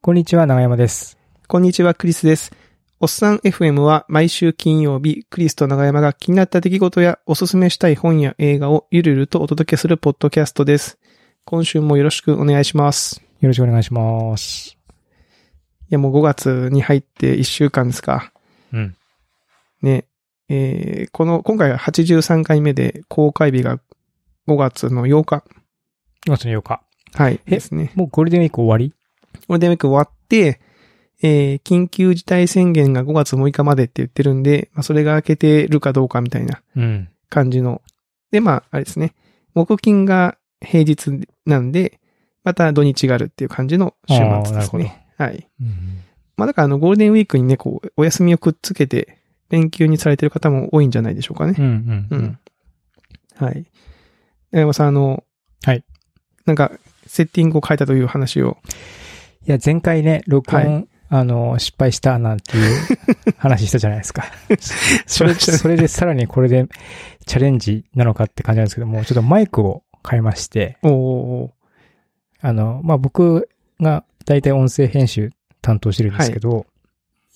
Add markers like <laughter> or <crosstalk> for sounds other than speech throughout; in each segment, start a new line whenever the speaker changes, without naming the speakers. こんにちは、長山です。
こんにちは、クリスです。おっさん FM は毎週金曜日、クリスと長山が気になった出来事やおすすめしたい本や映画をゆるゆるとお届けするポッドキャストです。今週もよろしくお願いします。い
よろしくお願いします。
や、もう5月に入って1週間ですか。
うん。
ね。えー、この、今回は83回目で公開日が5月の8日。
5月の8日。
はい。
え
ですね。
もうゴールデンウィーク終わり
ゴールデンウィーク終わって、えー、緊急事態宣言が5月6日までって言ってるんで、まあ、それが明けてるかどうかみたいな。
うん。
感じの。で、まあ、あれですね。木金が平日なんで、また土日があるっていう感じの週
あー
末
な
で
る
す
ほど
ね。はい。
うん。
まあ、だからあの、ゴールデンウィークにね、こう、お休みをくっつけて、連休にされてる方も多いんじゃないでしょうかね。
うん。う
うんん。はい。長山さん、あの、
はい。
なんか、セッティングを変えたという話
<laughs>
を。
いや、前回ね、録音、
は
あの、失敗したなんていう話したじゃないですか。そ
<laughs>
れ、
しましたね
それでさらにこれでチャレンジなのかって感じなんですけども、ちょっとマイクを変えまして、
おー
あの、まあ、僕が大体音声編集担当してるんですけど、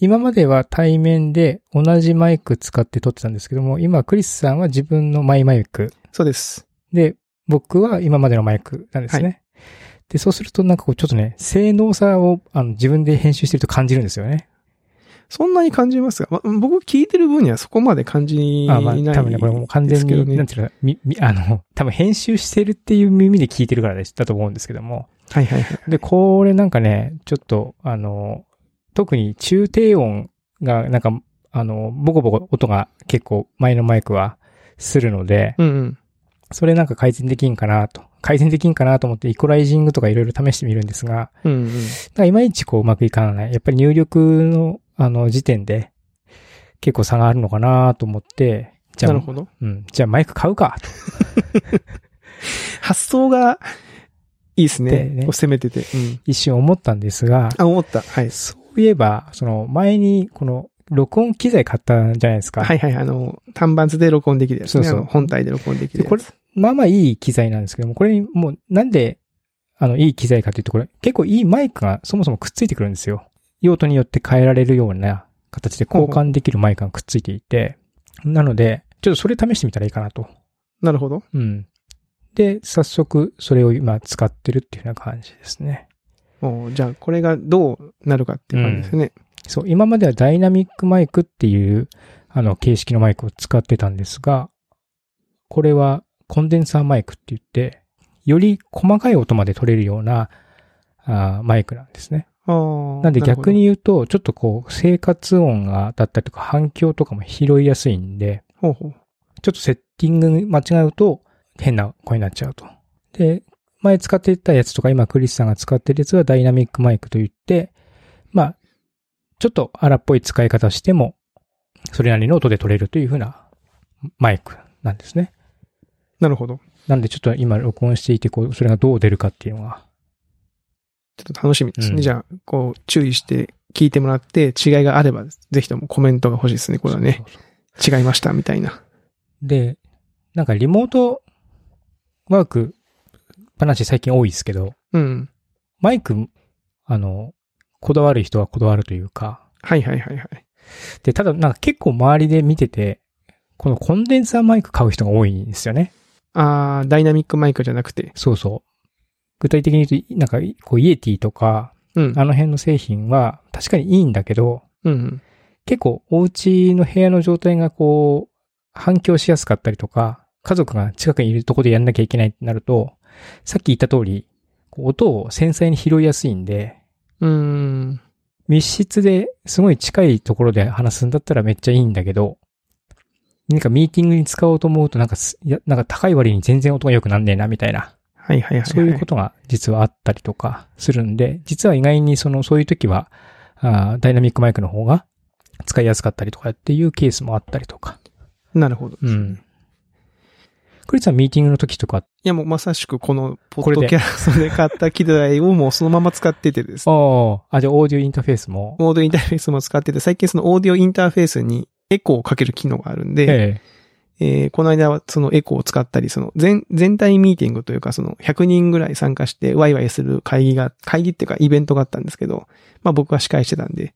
今までは対面で同じマイク使って撮ってたんですけども、今、クリスさんは自分のマイマイク
そうです。
で、僕は今までのマイクなんですね。
は
で、そうするとなんかこうちょっとね、性能差をあの自分で編集してると感じるんですよね。
そんなに感じますが、ま僕聞いてる分にはそこまで感じない
あまあ、多分ね、これもう完全
ですけど
に、
ね
なんていうの、み、み、あの、多分編集してるっていう耳で聞いてるからでしたと思うんですけども。
はいはいはい。
で、これなんかね、ちょっと、あの、特に中低音が、なんか、あの、ボコボコ音が結構前のマイクはするので、
うんうん。
それなんか改善できんかなと。改善できんかなと思ってイコライジングとかいろいろ試してみるんですが、
うんうん。
だからいまいちこううまくいかない。やっぱり入力の、あの、時点で、結構差があるのかなと思って、じゃ
な
あ
る、ほど。
うん、じゃあマイク買うか、
発想がいいです
で
ね。
ね
こう攻めてて。うん。
一瞬思ったんですが、
あ、思った。はい。
そういえば、その、前に、この、録音機材買ったじゃないですか。
はいはい。あの、単板で録音できるやつね。
そうそう
あの本体で録音できる
で
やつ。
これ、まあまあいい機材なんですけども、これにもう、なんで、あの、いい機材かというと、これ、結構いいマイクがそもそもくっついてくるんですよ。用途によって変えられるような形で交換できるマイクがくっついていて、なので、ちょっとそれ試してみたらいいかなと。
なるほど。
うん。で、早速、それを今使ってるっていうような感じですね。
おーじゃあ、これがどうなるかっていう感じですね。
そう、今まではダイナミックマイクっていう、あの、形式のマイクを使ってたんですが、これはコンデンサーマイクって言って、より細かい音まで取れるような、あーマイクなんですね。
あー
なんで逆。
る
に言うと、ちょっとこう、生活音が、だったりとか反響とかも拾いやすいんで、
ほどほうほ
ちょっとセッティング間違うと変な声になっちゃうと。で、前使ってたやつとか今クリスさんが使ってるやつはダイナミックマイクといって、まあ、ちょっと荒っぽい使い方しても、それなりの音で取れるというふうなマイクなんですね。
うなるほど。
なんでちょっと今録音していて、こう、それがどう出るかっていうのが。
ちょっと楽しみですね。
うん
じゃあ、こう、注意して聞いてもらって、違いがあれば、ぜひともコメントが欲しいですね。これはね
そ。うそうそう
違いました、みたいな。
で、なんかリモートワーク話最近多いですけど、
うん。
マイク、あの、こだわる人はこだわるというか、
はいはいはいはい。
で、ただなんか結構周りで見てて、このコンデンサーマイク買う人が多いんですよね。
あーダイナミックマイクじゃなくて。
そうそう。具体的に言うと、なんか、こう、イエティとか、
うん。
あの辺の製品は確かにいいんだけど、
うんうん。
結構お家の部屋の状態がこう、反響しやすかったりとか、家族が近くにいるとこでやんなきゃいけないってなると、さっき言った通り、こう音を繊細に拾いやすいんで、
うーん。
密室ですごい近いところで話すんだったらめっちゃいいんだけど、なんかミーティングに使おうと思うとなんかす、いやなんか高い割に全然音が良くなんねえなみたいな、
はいはいはいはい。
そういうことが実はあったりとかするんで、実は意外にその、そういう時は、あーダイナミックマイクの方が使いやすかったりとかっていうケースもあったりとか。
なるほど。
うん。クリスさんミーティングの時とか、
いや、もうまさしくこの、ポ
こ
ッ
れ
ド
で
キャストで買った機材をもうそのまま使っててですね。
ああ、じゃあオーディオインターフェースも、
オーディオインターフェースも使ってて、最近そのオーディオインターフェースにエコーをかける機能があるんで、
ええ
えーこの間はそのエコーを使ったり、その全、全体ミーティングというか、その100人ぐらい参加してワイワイする会議が、会議っていうかイベントがあったんですけど、まあ僕は司会してたんで、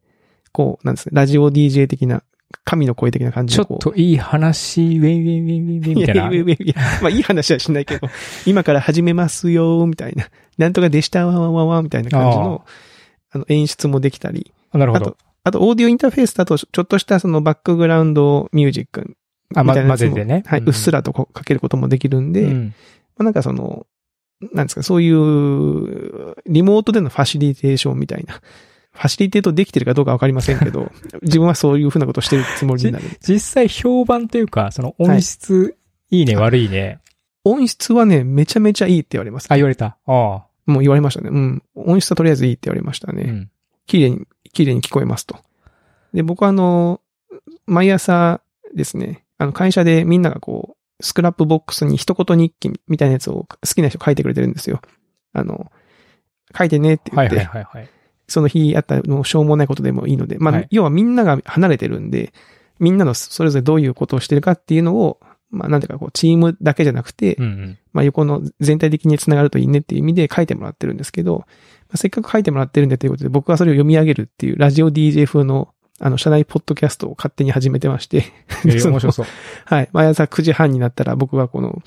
こう、なんですね、ラジオ DJ 的な、神の声的な感じ
ち
で
ょ
こ
っ
う。
といい話、ウェイウェイウェイウェイウェイみたいな。
やややいやまあいい話はしな
<laughs>
いけど、今から始めますよ、みたいな。なんとかでした、わわわわ、みたいな感じの、あの、演出もできたり。
あなるほ
あ
ど
と。、あと、オーディオインターフェースだと、ちょっとしたそのバックグラウンドミュージック
あ、
み
ま、
たいなや
混
つも
ぜてね。
はい、うっすらとこうかけることもできるんで、
う
ま
ん
あなんかその、なんですか、そういう、リモートでのファシリテーションみたいな。 <laughs> ファシリテートできてるかどうかわかりませんけど、自分はそういうふうなことをしてるつもりになる。
実際評判というか、その音質、いいね、悪いね。
音質はね、めちゃめちゃいいって言われます。
あ、言われた。ああ。
もう言われましたね。うん。音質はとりあえずいいって言われましたね。
うん。
綺麗に、綺麗に聞こえますと。で、僕はあの、毎朝ですね、あの会社でみんながこう、スクラップボックスに一言日記みたいなやつを好きな人書いてくれてるんですよ。あの、書いてねって言
はい
って、
はいはいはい。
その日あったのしょうもないことでもいいので、まあ、
はい
要はみんなが離れてるんで、みんなのそれぞれどういうことをしてるかっていうのを、まあ、なんていうかこう、チームだけじゃなくて、
うんうん。
まあ、横の全体的につながるといいねっていう意味で書いてもらってるんですけど、まあ、せっかく書いてもらってるんでということで僕はそれを読み上げるっていうラジオ DJ 風のあの、社内ポッドキャストを勝手に始めてまして、 <laughs>
え
<laughs>
ー
その
面白そう。
はい。毎朝9時半になったら僕はこの、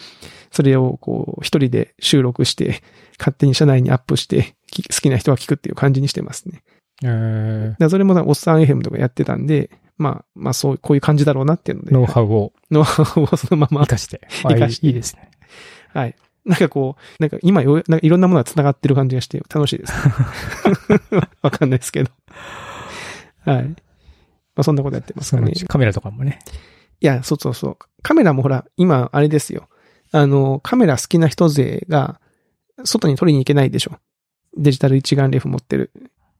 それをこう、一人で収録して、勝手に社内にアップして、き好きな人は聞くっていう感じにしてますね。
えー
だからそれもなおっさん FM とかやってたんで、まあ、まあそう、こういう感じだろうなっていうので、
ノウハウを
ノウハウをそのまま
活かして。
<laughs>
あいい
活かして
いいですね。
はい。なんかこう、なんか今よう、なんかいろんなものが繋がってる感じがして楽し
<laughs>
いです。わかんないですけど。はい。まあそんなことやってます
そ
か
の
ね。
う
い
ちカメラとかもね。
や、そうそうそう。カメラもほら、今、あれですよ。あの、カメラ好きな人勢が、外に取りに行けないでしょ。デジタル一眼レフ持ってる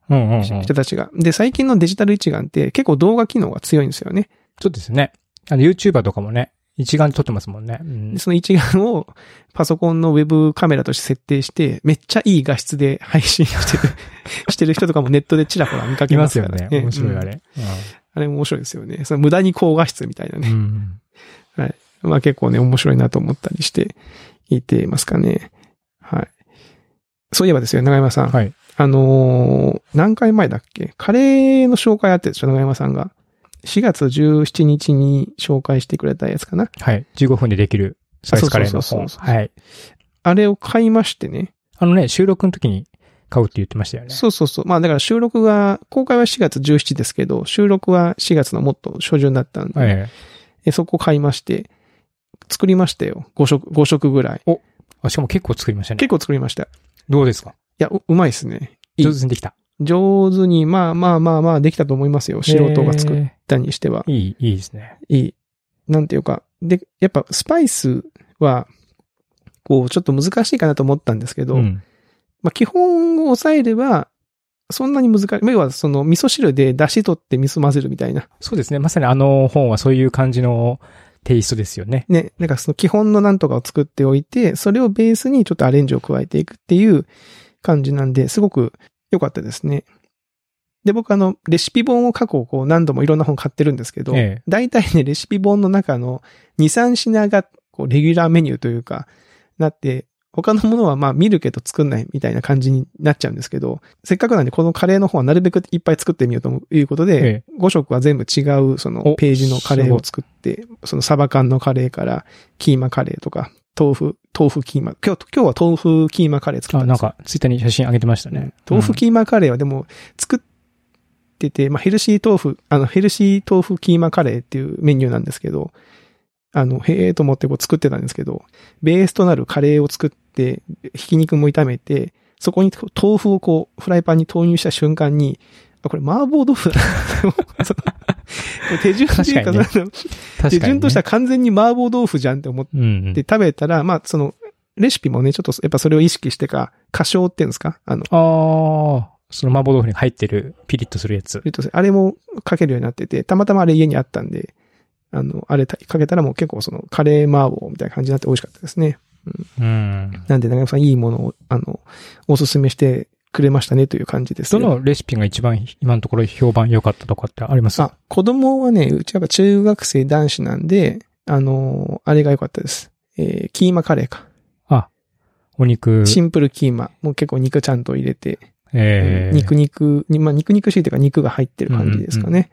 うんうんうん。ちょっ
人たちが。で、最近のデジタル一眼って結構動画機能が強いんですよね。
とですね。あの、YouTuber とかもね、一眼で撮ってますもんね。うん
でその一眼をパソコンのウェブカメラとして設定して、めっちゃいい画質で配信して
<laughs>
る、してる人とかもネットでちらほら見か
い
けま
ます
す
よ
から
ね。面白いあ
うん
れ。
あれ面白いですよね。その無駄に高画質みたいな
うんう
ね。
ん。
まあ結構ね、面白いなと思ったりして、いてますかね。はい。そういえばですよ、長山さん。
はい。
あのー何回前だっけカレーの紹介あってでしょ、長山さんが。4月17日に紹介してくれたやつかな。
はい。15分でできるサイズカレーの
そうそ
本。
うそうそう
はい。
あれを買いましてね。
あのね、収録の時に買うって言ってましたよね。
そうそうそう。まあだから収録が、公開は4月17ですけど、収録は4月のもっと初旬だったんで、
ええ
えそこ買いまして、作りましたよ。5食、5食ぐらい。
あしかも結構作りましたね
結。構作りました。い
どうですか
や、ううまいですね。いい
上手にできた。
上手に、まあまあまあまあできたと思いますよ。素人が作っ
え
たにしては。
えいい、いいですね。
いい。なんていうか。で、やっぱスパイスは、こう、ちょっと難しいかなと思ったんですけど、
ん。
まあ、基本を抑えれば、そんなに難しい。要は、その、味噌汁で出汁取って味噌混ぜるみたいな。
そうですね。まさにあの本はそういう感じのテイストですよね。
ね、なんかその基本のなんとかを作っておいて、それをベースにちょっとアレンジを加えていくっていう感じなんで、すごく良かったですね。で、僕あの、レシピ本を過去こう何度もいろんな本買ってるんですけど、
ええ
大体ね、レシピ本の中の2、3品がこうレギュラーメニューというか、なって、他のものはまあ見るけど作んないみたいな感じになっちゃうんですけど、せっかくなんでこのカレーの方はなるべくいっぱい作ってみようということで、5色は全部違うその
お
ページのカレーを作って、そのサバ缶のカレーからキーマカレーとか、豆腐、豆腐キーマ、今日、今日は豆腐キーマカレー作った
あ、
んで
なん
すよ
か、ツイッターに写真上げてましたね。
豆腐キーマカレーはでも作ってて、まあ、ヘルシー豆腐、あの、ヘルシー豆腐キーマカレーっていうメニューなんですけど、あの、へえーと思ってこう作ってたんですけど、ベースとなるカレーを作って、ひき肉も炒めて、そこに豆腐をこう、フライパンに投入した瞬間に、あ、これ麻婆豆腐だなそう手順という
確
か <laughs> なんだろう
うん確かに、
手順としては、完全に麻婆豆腐じゃんって思って
うんうん
で、食べたら、まあ、その、レシピもね、ちょっと、やっぱそれを意識してか、過小っていうんですかあの、
ああ、その麻婆豆腐に入ってるピリッとするやつ。
えっとあれもかけるようになってて、たまたまあれ家にあったんで、あの、あれたかけたらもう結構その、カレー麻婆みたいな感じになって美味しかったですね。
うん。
なんで、長山さんいいものを、あの、おすすめしてくれましたねという感じです
ど
よ。
のレシピが一番今のところ評判良かったとかってあります
あ、子供はね、うちはやっぱ中学生男子なんで、あのーあれが良かったです。えー、キーマカレーか。
お肉、
シンプルキーマ。もう結構肉ちゃんと入れて、
えー、
肉肉、にまあ、肉肉しいというか肉が入ってる感じですかね。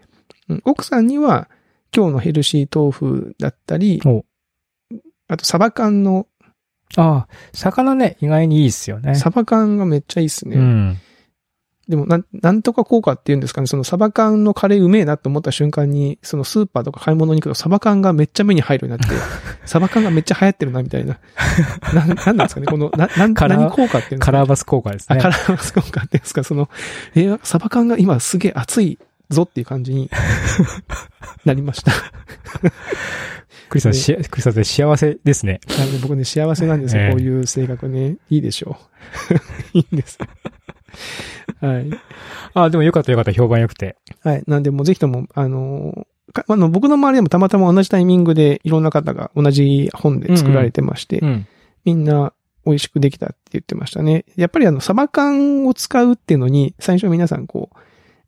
うん奥さんには、今日のヘルシー豆腐だったり
お、
あとサバ缶の、
ああ、魚ね、意外にいいっすよね。
サバ缶がめっちゃいいっすね。
うん。
でもなん、なんとか効果っていうんですかね、そのサバ缶のカレーうめえなと思った瞬間に、そのスーパーとか買い物に行くとサバ缶がめっちゃ目に入るように <laughs> なって、サバ缶がめっちゃ流行ってるな、みたいな。な、なんなんですかね、この、な、なん、
カラー
何効果っていうんですか
カラーバス効果です
あ、
ね
カ。ラーマスコンかっていうんですか、その、えーサバ缶が今すげえ熱いぞっていう感じ
<laughs>
になりました。
クリスさん、しクリスさんって幸せですね。
なんで僕ね、幸せなんですよ、
ええ
こういう性格ね。いいでしょう。 <laughs> いいんです。はい。
ああ、でもよかったよかった、評判良くて。
はい。なんで、もうぜひとも、あのーかあの、僕の周りでもたまたま同じタイミングでいろんな方が同じ本で作られてまして、
うん。
みんな美味しくできたって言ってましたね。やっぱりあの、サバ缶を使うっていうのに、最初皆さんこう、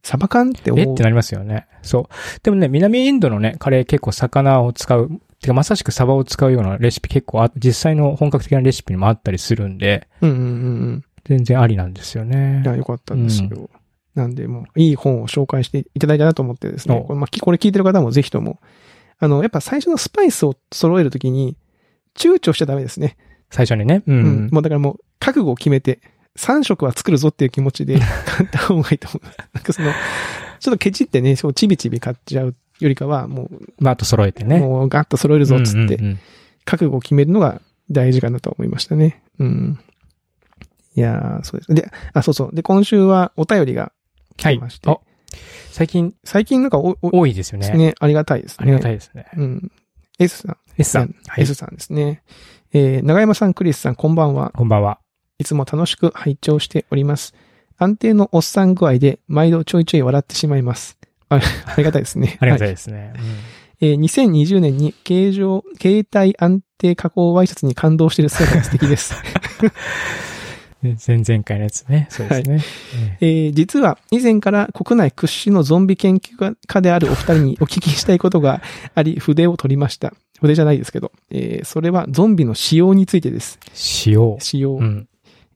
サバ缶って
え
思
っ
う
て。なりますよね。そう。でもね、南インドのね、カレー結構魚を使う。てか、まさしくサバを使うようなレシピ結構あ、実際の本格的なレシピにもあったりするんで、
うんうんうんうん。
全然ありなんですよね
い。や、よかったんですよ。なんで、もう、いい本を紹介していただいたなと思ってですね
お、
これ,、まあ、きこれ聞いてる方もぜひとも、あの、やっぱ最初のスパイスを揃えるときに、躊躇しちゃダメですね。
最初にね。う。
うんもうだからもう、覚悟を決めて、3色は作るぞっていう気持ちで <laughs> 買った方がいいと思います。なんかその、ちょっとケチってね、そう、ちびちび買っちゃうよりかは、も
まあ、あと揃えて
う、
ね。
もうガッと揃えるぞっつって、
うんうんうん
覚悟を決めるのが大事かなと思いましたね。うん。いやー、そうです。で、あ、そうそう。で、今週はお便りが来
は
て
い
まし。て、
あ、最近
最近なんかお、お、
多いですよね。
ね、ありがたいですね。
ありがた
い。
いですね。
うん。S さん。
S さん。はい
S さんですね。えー、長山さん、クリスさん、こんばんは。
こんばんは。
いつも楽しく拝聴しております。安定のおっさん具合で、毎度ちょいちょい笑ってしまいます。
<laughs>
あありがたいですね。
ありがたい
はい
ですね。
えー2020年に形状、携帯安定加工ワイシャツに感動している姿が素敵です。
うんね前々回のやつね。そうですね。ええ
えー実は以前から国内屈指のゾンビ研究家であるお二人にお聞きしたいことがあり、筆を取りました。筆じゃないですけど、えーそれはゾンビの使用についてです。
塩。
使用、
うん。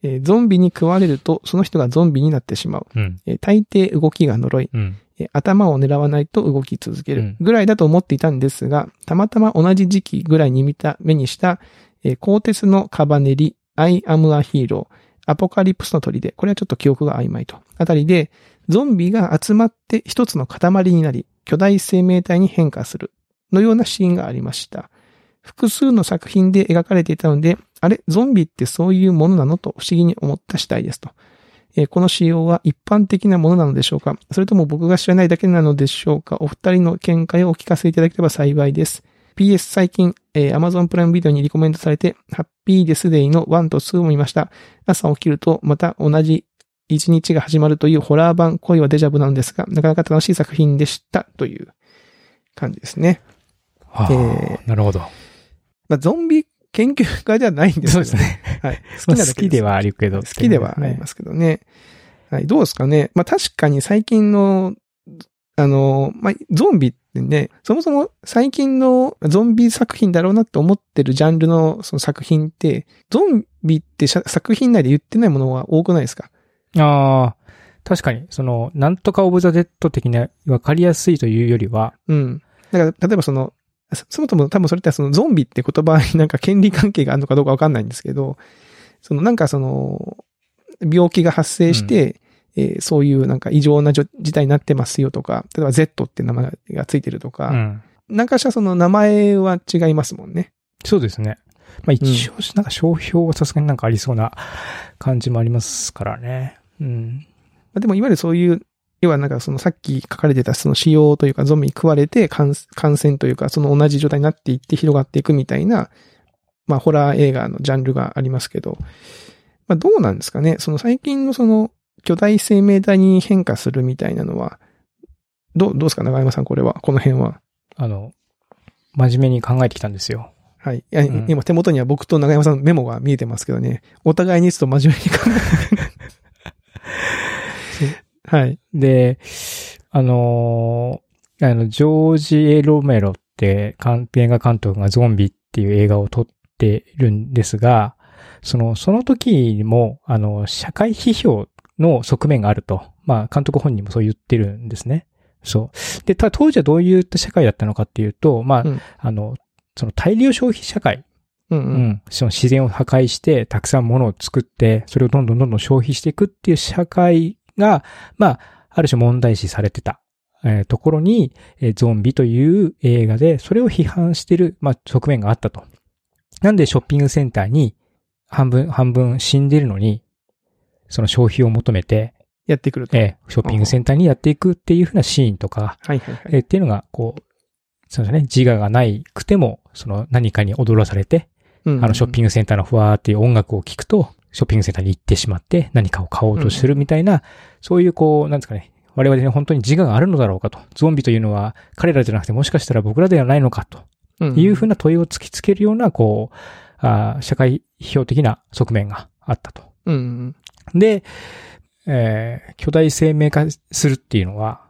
えーゾンビに食われると、その人がゾンビになってしまう。
うん。
えー大抵動きが呪い、
うん。
えー頭を狙わないと動き続け
う
る
ん
ぐらいだと思っていたんですが、たまたま同じ時期ぐらいに見た、目にした、えー鋼鉄のカバネリ、アイアムアヒーロー、アポカリプスの砦、これはちょっと記憶が曖昧と、あたりで、ゾンビが集まって一つの塊になり、巨大生命体に変化する、のようなシーンがありました。複数の作品で描かれていたので、あれ、ゾンビってそういうものなのと不思議に思った次第ですと。えーこの仕様は一般的なものなのでしょうかそれとも僕が知らないだけなのでしょうかお二人の見解をお聞かせいただければ幸いです。PS 最近、えー Amazon プライムビデオにリコメントされて、ハッピーデスデイの1と2を見ました。朝起きると、また同じ一日が始まるというホラー版恋はデジャブなのですが、なかなか楽しい作品でした、という感じですね。
は
え
あ、なるほど。
まあ、ゾンビ研究家ではないんですけど
そうですね。
はい。
<laughs> 好
好
き
きなだけ
好きではあるけど。
好きではありますけどね。はい、どうですかね。まあ確かに最近の、あの、まあ、ゾンビってね、そもそも最近のゾンビ作品だろうなって思ってるジャンルのその作品って、ゾンビってしゃ作品内で言ってないものは多くないですか
ああ、確かに、その、なんとかオブザ・デッド的な、わかりやすいというよりは、
うん。だから、例えばその、そそもそも多分それってそのゾンビって言葉になんか権利関係があるのかどうかわかんないんですけど、そのなんかその、病気が発生して、えーそういうなんか異常なじょ事態になってますよとか、例えば Z って名前がついてると
う
か、
ん。
なんかしらその名前は違いますもんね。
そうですね。まあ一応、なんか商標はさすがになんかありそうな感じもありますからね。うん。
まあでもいわゆるそういう、要はなんかそのさっき書かれてたその使用というかゾンビに食われて感感染というかその同じ状態になっていって広がっていくみたいな、まあホラー映画のジャンルがありますけど、まあどうなんですかねその最近のその巨大生命体に変化するみたいなのは、どう、どうですか長山さんこれは、この辺は。
あの、真面目に考えてきたんですよ。
はい。い
う
や
ん
今手元には僕と長山さんのメモが見えてますけどね。お互いにちょっと真面目に考 <laughs> えて。はい。
で、あのーあの、ジョージ・エロメロっして、監映画監督がゾンビっていう映画を撮っているんですが、その、その時にも、あの、社会批評の側面があると。まあ、監督本人もそう言ってるんですね。そう。で、ただ当時はどういった社会だったのかっていうと、まあ、
うん
あの、その大量消費社会
うんう。
うんん、その自然を破壊して、たくさん物を作って、それをどんどんどんどん消費していくっていう社会が、まあ、ある種問題視されてた、えーところに、えーゾンビという映画で、それを批判してる、まあ、側面があったと。なんでショッピングセンターに、半分、半分死んでるのに、その消費を求めて、
やってくると。
えーショッピングセンターにやっていくっていうふうなシーンとか、
はいはいはい。
えーっていうのが、こう、そうですね、自我がないくても、その何かに踊らされて、あのショッピ
ン
ングセンターのふわーっていう音楽を聴くと、ショッピングセンターに行ってしまって何かを買おうとするみたいな、そういうこう、なんですかね、我々に本当に自我があるのだろうかと。ゾンビというのは彼らじゃなくてもしかしたら僕らではないのかと
グ
いうふうな問いを突きつけるような、こう、あー社会批評的な側面があったと。
うんうん。
で、えー巨大生命化するっていうのは、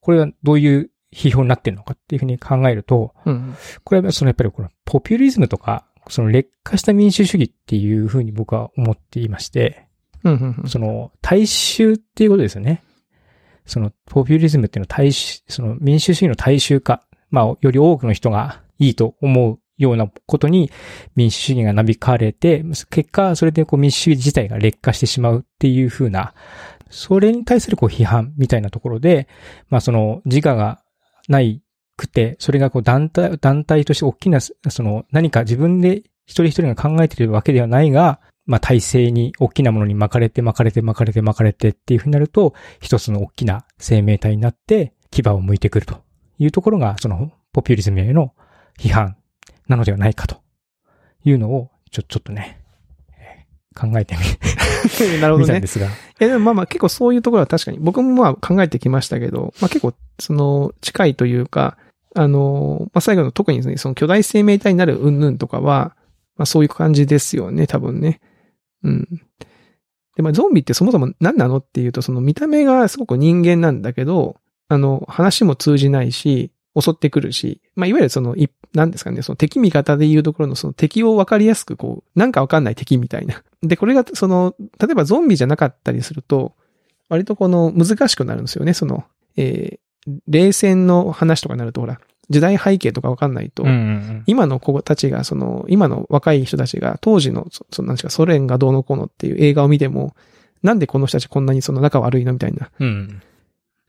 これはどういう批評になってるのかっていうふうに考えると、
うん
これはそのやっぱりこのポピュリズムとか、その劣化した民主主義っていうふうに僕は思っていまして、
うん。うんうんうん。
その大衆っていうことですよね。そのポピュリズムっていうのは大衆、その民主主義の大衆化、まあより多くの人がいいと思うようなことに民主主義がなびかれて、結果それでこう民主主義自体が劣化してしまうっていうふうな、それに対するこう批判みたいなところで、まあその自我がないくて、それがこう団体、団体として大きな、その何か自分で一人一人が考えているわけではないが、まあ体制に大きなものに巻かれて巻かれて巻かれて巻かれてっていうふうになると、一つの大きな生命体になって牙を向いてくるというところが、そのポピュリズムへの批判なのではないかというのを、ちょ、ちょっとね、えー考えてみ、
なるほ
<laughs> 見た
ど
ん
ね
で。すが。
<laughs> え、でもまあまあ結構そういうところは確かに、僕もまあ考えてきましたけど、まあ結構その近いというか、あの、まあ最後の特にですね、その巨大生命体になるうんぬんとかは、まあそういう感じですよね、多分ね。うん。で、まあゾンビってそもそも何なのっていうと、その見た目がすごく人間なんだけど、あの、話も通じないし、襲ってくるし、まあ、いわゆるその、い、なんですかね、その敵味方でいうところのその敵を分かりやすくこう、なんか分かんない敵みたいな。で、これがその、例えばゾンビじゃなかったりすると、割とこの難しくなるんですよね、その、えー、冷戦の話とかになるとほら、時代背景とか分かんないと、
ん
今の子たちが、その、今の若い人たちが、当時の、そそのなんですか、ソ連がどうのこうのっていう映画を見ても、なんでこの人たちこんなにその仲悪いのみたいな。
うん。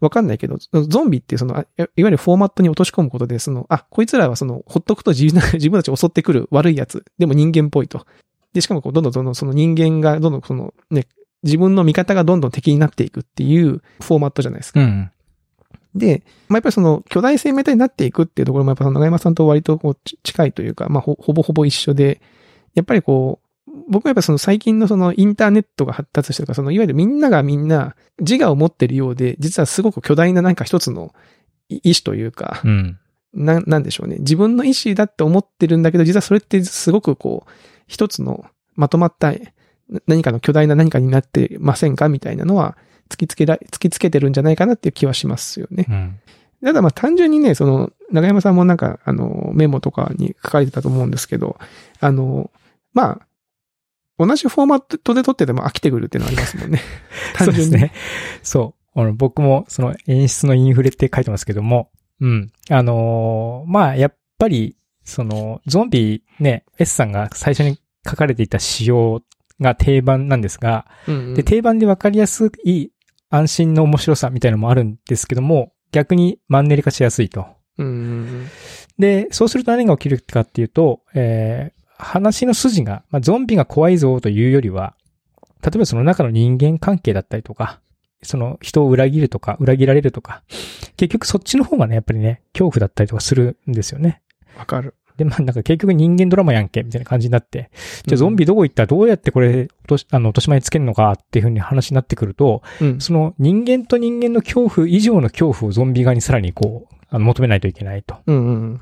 わかんないけど、ゾンビってその、あいわゆるフォーマットに落とし込むことで、その、あ、こいつらはその、ほっとくと自分自分たち <laughs> を襲ってくる悪いやつ。でも人間っぽいと。で、しかもこう、どんどんどんどんその人間が、どんどんその、ね、自分の味方がどんどん敵になっていくっていうフォーマットじゃないですか。
うん。
で、まあ、やっぱりその、巨大生命体になっていくっていうところも、やっぱその長山さんと割とこう、ち近いというか、まあほ、ほぼほぼ一緒で、やっぱりこう、僕はやっぱその最近のそのインターネットが発達してるとか、そのいわゆるみんながみんな自我を持ってるようで、実はすごく巨大ななんか一つのい意志というか、
うん。
な、なんでしょうね。自分の意思だって思ってるんだけど、実はそれってすごくこう、一つのまとまったな何かの巨大な何かになってませんかみたいなのは、突きつけら、突きつけてるんじゃないかなっていう気はしますよね。
うん。
ただまあ単純にね、その、長山さんもなんか、あの、メモとかに書かれてたと思うんですけど、あの、まあ、同じフォーマットで撮ってても飽きてくるっていうのはありますもんね。
<laughs> そう
単
で
純
す
に。
ね。そう。あの、僕も、その演出のインフレって書いてますけども、うん。あのーまあ、やっぱり、その、ゾンビ、ね、S さんが最初に書かれていた仕様が定番なんですが、
うんうん
で、定番でわかりやすい安心の面白さみたいなのもあるんですけども、逆にマンネリ化しやすいと。
うんうん
で、そうすると何が起きるかっていうと、えー話の筋が、まあ、ゾンビが怖いぞというよりは、例えばその中の人間関係だったりとか、その人を裏切るとか、裏切られるとか、結局そっちの方がね、やっぱりね、恐怖だったりとかするんですよね。
うん。わかる。
で、まあなんか結局人間ドラマやんけ、みたいな感じになって、じゃあゾンビどこ行ったどうやってこれ、落とし、あの、落とし前つけるのかっていう風に話になってくると、
うん。
その人間と人間の恐怖以上の恐怖をゾンビ側にさらにこう、あの求めないといけないと。
うんうん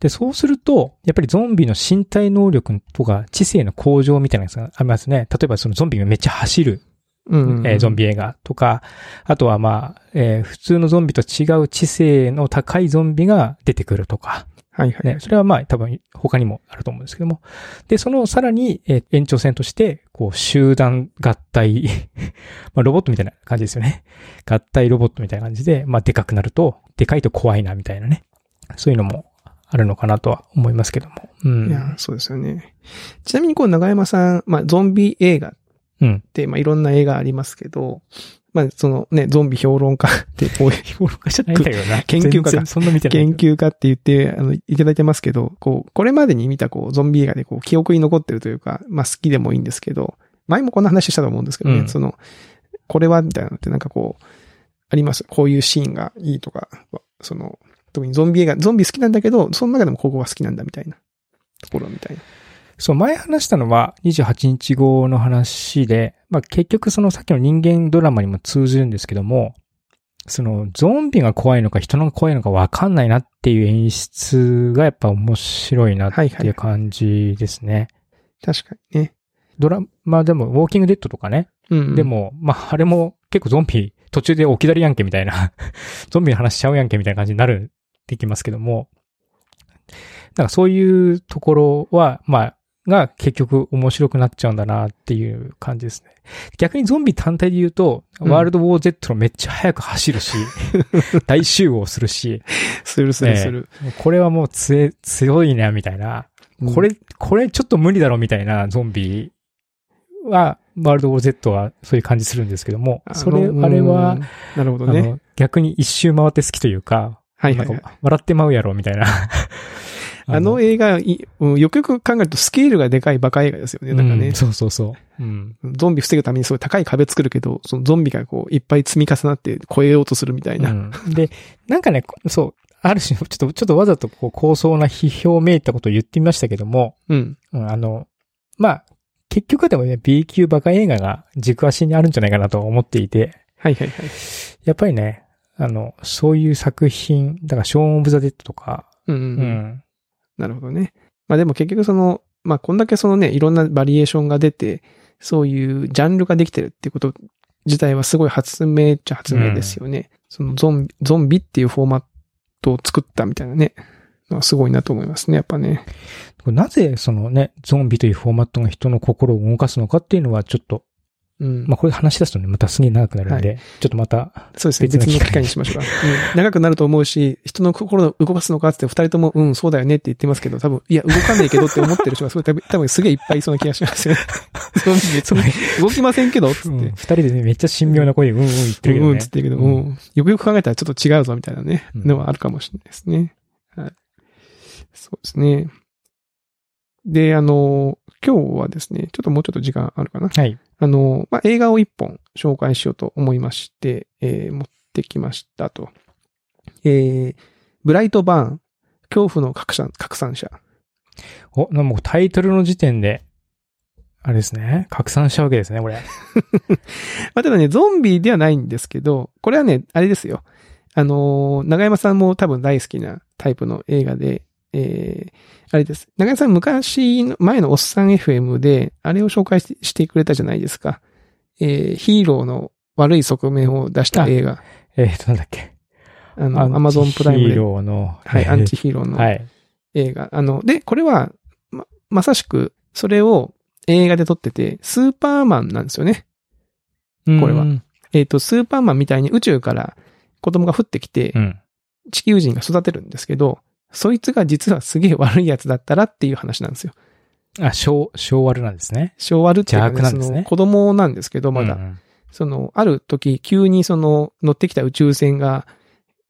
で、そうすると、やっぱりゾンビの身体能力とか知性の向上みたいなのがありますね。例えばそのゾンビがめっちゃ走る
うん。
えーゾン
ビ。
ビ映画とか、あとはまあ、えー普通のゾンビと違う知性の高いゾンビが出てくるとか、
はいはい。
ね、それはまあ多分他にもあると思うんですけども。で、そのさらに、えー延長線として、こう、集団合体、 <laughs> まあロボットみたいな感じですよね。合体ロボットみたいな感じで、まあでかくなると、でかいと怖いなみたいなね。そういうのもあるのかなとは思いますけども。うん。
いや、そうですよね。ちなみにこう、長山さん、まあ、ゾンビ映画っ
うん。
て、まあ、いろんな映画ありますけど、まあ、そのね、ゾンビ評論家って、
<laughs>
<laughs> こう、
じゃないんだけどな。
研究家か
全然そんな見てないけ
研
ど。
究家って言って、あの、いただいてますけど、こう、これまでに見た、こう、ゾンビ映画で、こう、記憶に残ってるというか、まあ、好きでもいいんですけど、前もこんな話したと思うんですけどね、
うん
その、これは、みたいなのって、なんかこう、あります。こういうシーンがいいとか、その、特にゾンビ映画、ゾンビ好きなんだけど、その中でもここが好きなんだ、みたいなところみたいな。
そう、前話したのは28日号の話で、まあ結局そのさっきの人間ドラマにも通じるんですけども、そのゾンビが怖いのか人のが怖いのかわかんないなっていう演出がやっぱ面白いなって
はい
い
は
う
い
感じですね。
確かにね。
ドラマでもウォーキングデッドとかね。
うん、
で、も、まああれも結構ゾンビ途中で起きだりやんけみたいな、 <laughs> ゾンビの話しちゃうやんけみたいな感じになるってきますけども、なんかそういうところは、まあ、が結局面白くなっちゃうんだなっていう感じですね。逆にゾンビ単体で言うと、
うん
ワールドウォー Z のめっちゃ速く走る
<laughs>
し、大集合するし、
するするする。
これはもう強い強いなみたいな、これ、これちょっと無理だろみたいなゾンビは、ワールドウォー Z はそういう感じするんですけども、
あの、
それ、
うん
あれは、、
なるほど
あ
ね。
の、逆に一周回って好きというか、
はいはい
な
は
ん
い。
か笑ってまうやろ、みたいな。
<laughs> あの映画い、うんよくよく考えるとスケールがでかいバカ映画ですよね。なんか
う
ね、
そうそうそう。うん。
ゾンビ防ぐためにすごい高い壁作るけど、そのゾンビがこういっぱい積み重なって越えようとするみたいな。
うんで、なんかね、こそう、ある種、ちょっと、ちょっとわざとこう、高層な批評めいたことを言ってみましたけども、
うん。
うん、あの、まあ、結局でもね、B 級バカ映画が軸足にあるんじゃないかなと思っていて、
はいはいはい。
やっぱりね、あの、そういう作品、だから、ショーン・オブ・ザ・デッドとか、
うん、
う
うんうん。なるほどね。まあでも結局その、まあこんだけそのね、いろんなバリエーションが出て、そういうジャンルができてるっていうこと自体はすごい発明っちゃ発明ですよね。そのゾンビ、ゾンビっていうフォーマットを作ったみたいなね。のはすごいなと思いますね、やっぱね。
これなぜ、そのね、ゾンビというフォーマットが人の心を動かすのかっていうのは、ちょっと、
うん。
まあ、これ話し出すとね、またすげえ長くなるんで、ちょっとまた、
そうですね。
別
別
の機会
の機会にしましょうか。うん長くなると思うし、人の心を動かすのかって言って二人とも、うん、そうだよねって言ってますけど、多分、いや、動かねえけどって思って
<laughs>
る人がすごい、多分、多分すげえいっぱいいそうな気がしますよね。ゾンビ別に動きませんけど、つって。
う
うんん
二、人でね、めっちゃ神妙な声で、うんうん言ってるけどね。
うん、つって言うけど、う
うん
ん。よくよく考えたらちょっと違うぞ、みたいなね、
うん
のはあるかもしれないですね。はい。そうですね。で、あの、今日はですね、ちょっともうちょっと時間あるかな。
はい。
あの、まあ、映画を一本紹介しようと思いまして、えー持ってきましたと。えー、ブライトバーン、恐怖の拡散、拡散者。
お、なんかもうタイトルの時点で、あれですね、拡散しちゃうわけですね、こ
<laughs>
れ。
まあ、ただね、ゾンビではないんですけど、これはね、あれですよ。あのー長山さんも多分大好きなタイプの映画で、えー、あれです。長山さん昔の、前のおっさん FM で、あれを紹介ししてくれたじゃないですか。えー、ヒーローの悪い側面を出した映画。
えっと、なんだっけ。
あの、アマゾンプライム
ヒー
で。
ローの、
はい、
えー
アンチヒーローの
はい。
映画。あの、で、これは、ま、まさしく、それを映画で撮ってて、スーパーマンなんですよね。これは
うん。
えっ、と、スーパーマンみたいに宇宙から子供が降ってきて
う、ん。
地球人が育てるんですけど、そいつが実はすげえ悪いやつだったらっていう話なんですよ。
あ、昭、昭和るなんですね。
昭和るっていうか、
邪悪なんです
そ
ね
の子供なんですけど、まだ。
うんうん
その、ある時、急にその、乗ってきた宇宙船が、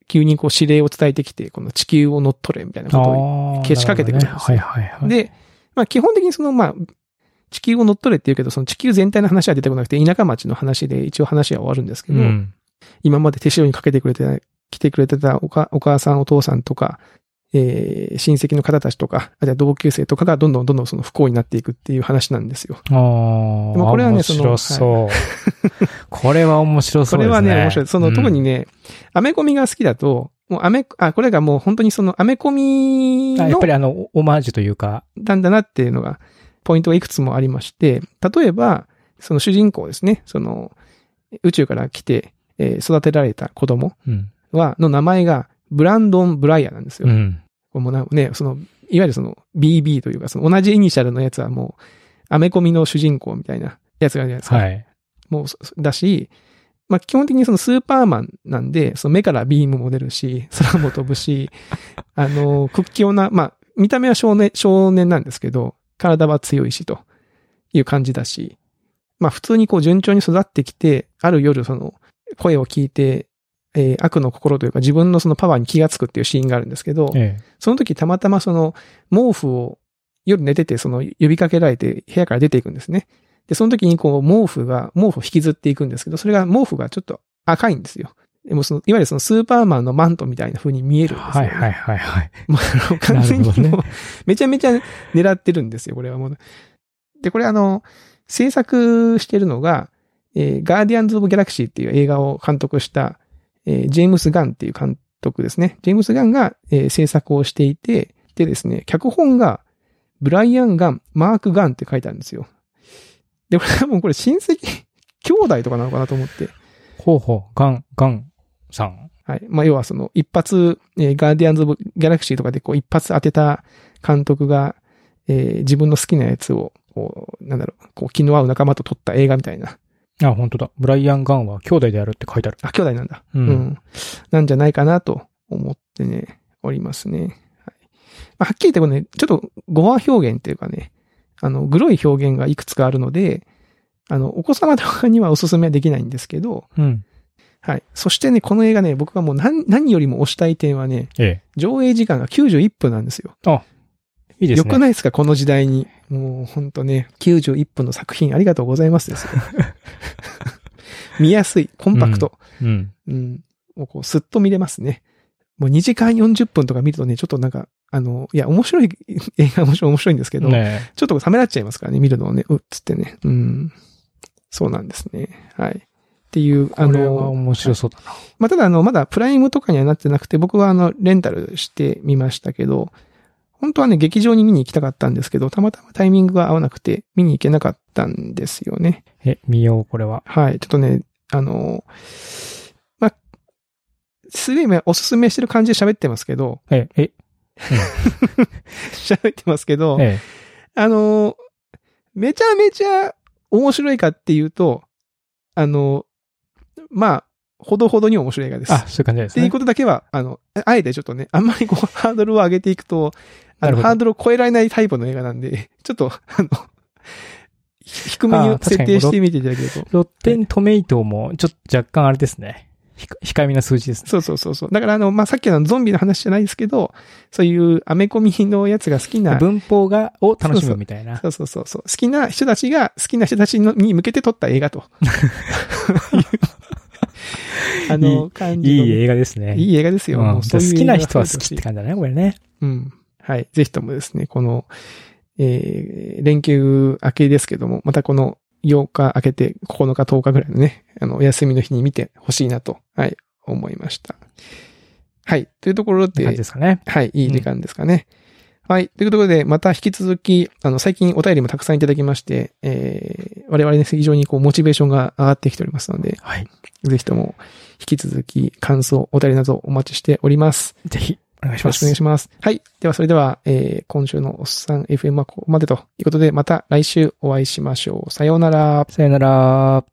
急にこう指令を伝えてきて、この地球を乗っ取れみたいなことを
あー
消しかけてくるんですよ
なほどねはいはいはい。、
で、まあ基本的にその、まあ、地球を乗っ取れって言うけど、その地球全体の話は出てこなくて、田舎町の話で一応話は終わるんですけど、
うん。
今まで手塩にかけてくれて、来てくれてたおかお母さん、お父さんとか、えー親戚の方たちとか、あるいは同級生とかがどんどんどんどんその不幸になっていくっていう話なんですよ。
ああ。
でもこれはね
面
その
白そう。 <laughs> これは面白そ
そう
で
れ
すね。
はね、面白い。その、特に
ね、
ね、アメコミが好きだと、もうアメ、あ、これがもう本当にそのアメコミ
あやっ
の
ぱりあの、オオマージュというか、
なんだなっていうのが、ポイントがいくつもありまして、例えば、その主人公ですね、その、宇宙から来て、えー育てられた子供
うん。
は、の名前が、ブランドン・ブライアなんですよ。
うん。
これもなね、その、いわゆるその BB というか、その同じイニシャルのやつはもう、アメコミの主人公みたいなやつがあるじゃないですか。
はい。
もうそ、だし、まあ、基本的にそのスーパーマンなんで、その目からビームも出るし、空も飛ぶし、あの、屈強な、まあ、見た目は少年、少年なんですけど、体は強いしという感じだし、まあ、普通にこう順調に育ってきて、ある夜その、声を聞いて、えー悪の心というか自分のそのパワーに気がつくっていうシーンがあるんですけど、
え
その時たまたまその毛布を夜寝ててその呼びかけられて部屋から出ていくんですね。で、その時にこう毛布が、毛布を引きずっていくんですけど、それが毛布がちょっと赤いんですよ。でもその、いわゆるそのスーパーマンのマントみたいな風に見え
え。
るんです
は
よ、
いはいはいはい。
もうあの <laughs> 完全に
なるほど
もう、めちゃめちゃ狙ってるんですよ、これはもう。で、これあの、制作してるのが、えー、ガーディアンズ・オブ・ギャラクシーっていう映画を監督した、えージェームス・ガンっていう監督ですね。ジェームス・ガンが、えー制作をしていて、でですね、脚本が、ブライアン・ガン、マーク・ガンって書いてあるんですよ。で、これはもうこれ親戚、兄弟とかなのかなと思って。
ほうほう、ガン、ガンさん。
はい。まあ、要はその、一発、えーガーディアンズ・オブ・ギャラクシーとかでこう、一発当てた監督が、えー自分の好きなやつを、こう、なんだろう、こう、気の合う仲間と撮った映画みたいな。
あ、本当だ。ブライアン・ガンは兄弟であるって書いてある。
あ、兄弟なんだ。
う
うんん。なんじゃないかなと思ってね、おりますね。はい。まあ、はっきり言ってこれね、ちょっと語話表現っていうかね、あの、グロい表現がいくつかあるので、あの、お子様とかにはおすすめはできないんですけど、
うん。
はい。そしてね、この映画ね、僕がもう何、何よりも推したい点はね、
ええ。
上映時間が91分なんですよ。
いいです
よ
ね。
くないですかこの時代に。もうほんとね、91分の作品ありがとうございま
<laughs>
すですよ。見やすい、コンパクト。
うん。
うん。もうこう、すっと見れますね。もう2時間40分とか見るとね、ちょっとなんか、あの、いや、面白い、 <laughs> 映画面白い、面白いんですけど、
ねえ
ちょっと冷めらっちゃいますからね、見るのをね、うっつってね。うん。そうなんですね。はい。っていう、あ
これは
の、
面白そうだな。
まあ、ただあの、まだプライムとかにはなってなくて、僕はあの、レンタルしてみましたけど、本当はね、劇場に見に行きたかったんですけど、たまたまタイミングが合わなくて、見に行けなかったんですよね。
え、見よう、これは。
はい。ちょっとね、あの、まあ、すげえ今おすすめしてる感じで喋ってますけど、 <laughs>
え、え、
喋ってますけど、
え
あの、めちゃめちゃ面白いかっていうと、あの、まあ、ほどほどに面白い映画で
え。
す。
あ、そういう感じなんで
っ
す
ていう
ね。
ことだけは、あの、あえてちょっとね、あんまりこう、 <laughs> ハードルを上げていくと、あ
なる
の、
ほど
ハードルを超えられないタイプの映画なんで、 <laughs> ちょっと、あの、低め
あ
に
ー確
設
かに
定してみていただけると。
ロッテントメイトも、ちょっと若干あれですね。ひか控えめな数字ですね。
そうそうそうそう。だからあの、まあ、さっきのゾンビの話じゃないですけど、そういうアメコミのやつが好きな、
文法が、を楽しむみたいな。
そうそうそうそう、好きな人たちが、好きな人たちのに向けて撮った映
<laughs>
画と。 <laughs> あの、感
い
じの
い映画ですね。
いい映画ですよ。
うん
もう
じ
そ
ゃ
う
あ
いう
好き
映画
な
が
人は好きって感じだね、これね。
うん。はい。ぜひともですね、この、えー、連休明けですけども、またこの8日明けて9日10日ぐらいのね、あの、お休みの日に見てほしいなと、はい、思いました。はい。というところ
って
で、
感じですかね。
はい、いい時間ですかね。はい。ということで、また引き続き、あの、最近お便りもたくさんいただきまして、えー、我々ね、非常にこう、モチベーションが上がってきておりますので、
はい。
ぜひとも、引き続き、感想、お便りなどお待ちしております。
ぜひ、お願いし
よろ
ま
しくお願
す。
いします。はい。では、それでは、えー今週のおっさん FM はここまでということで、また来週お会いしましょう。さようなら。
さよなら。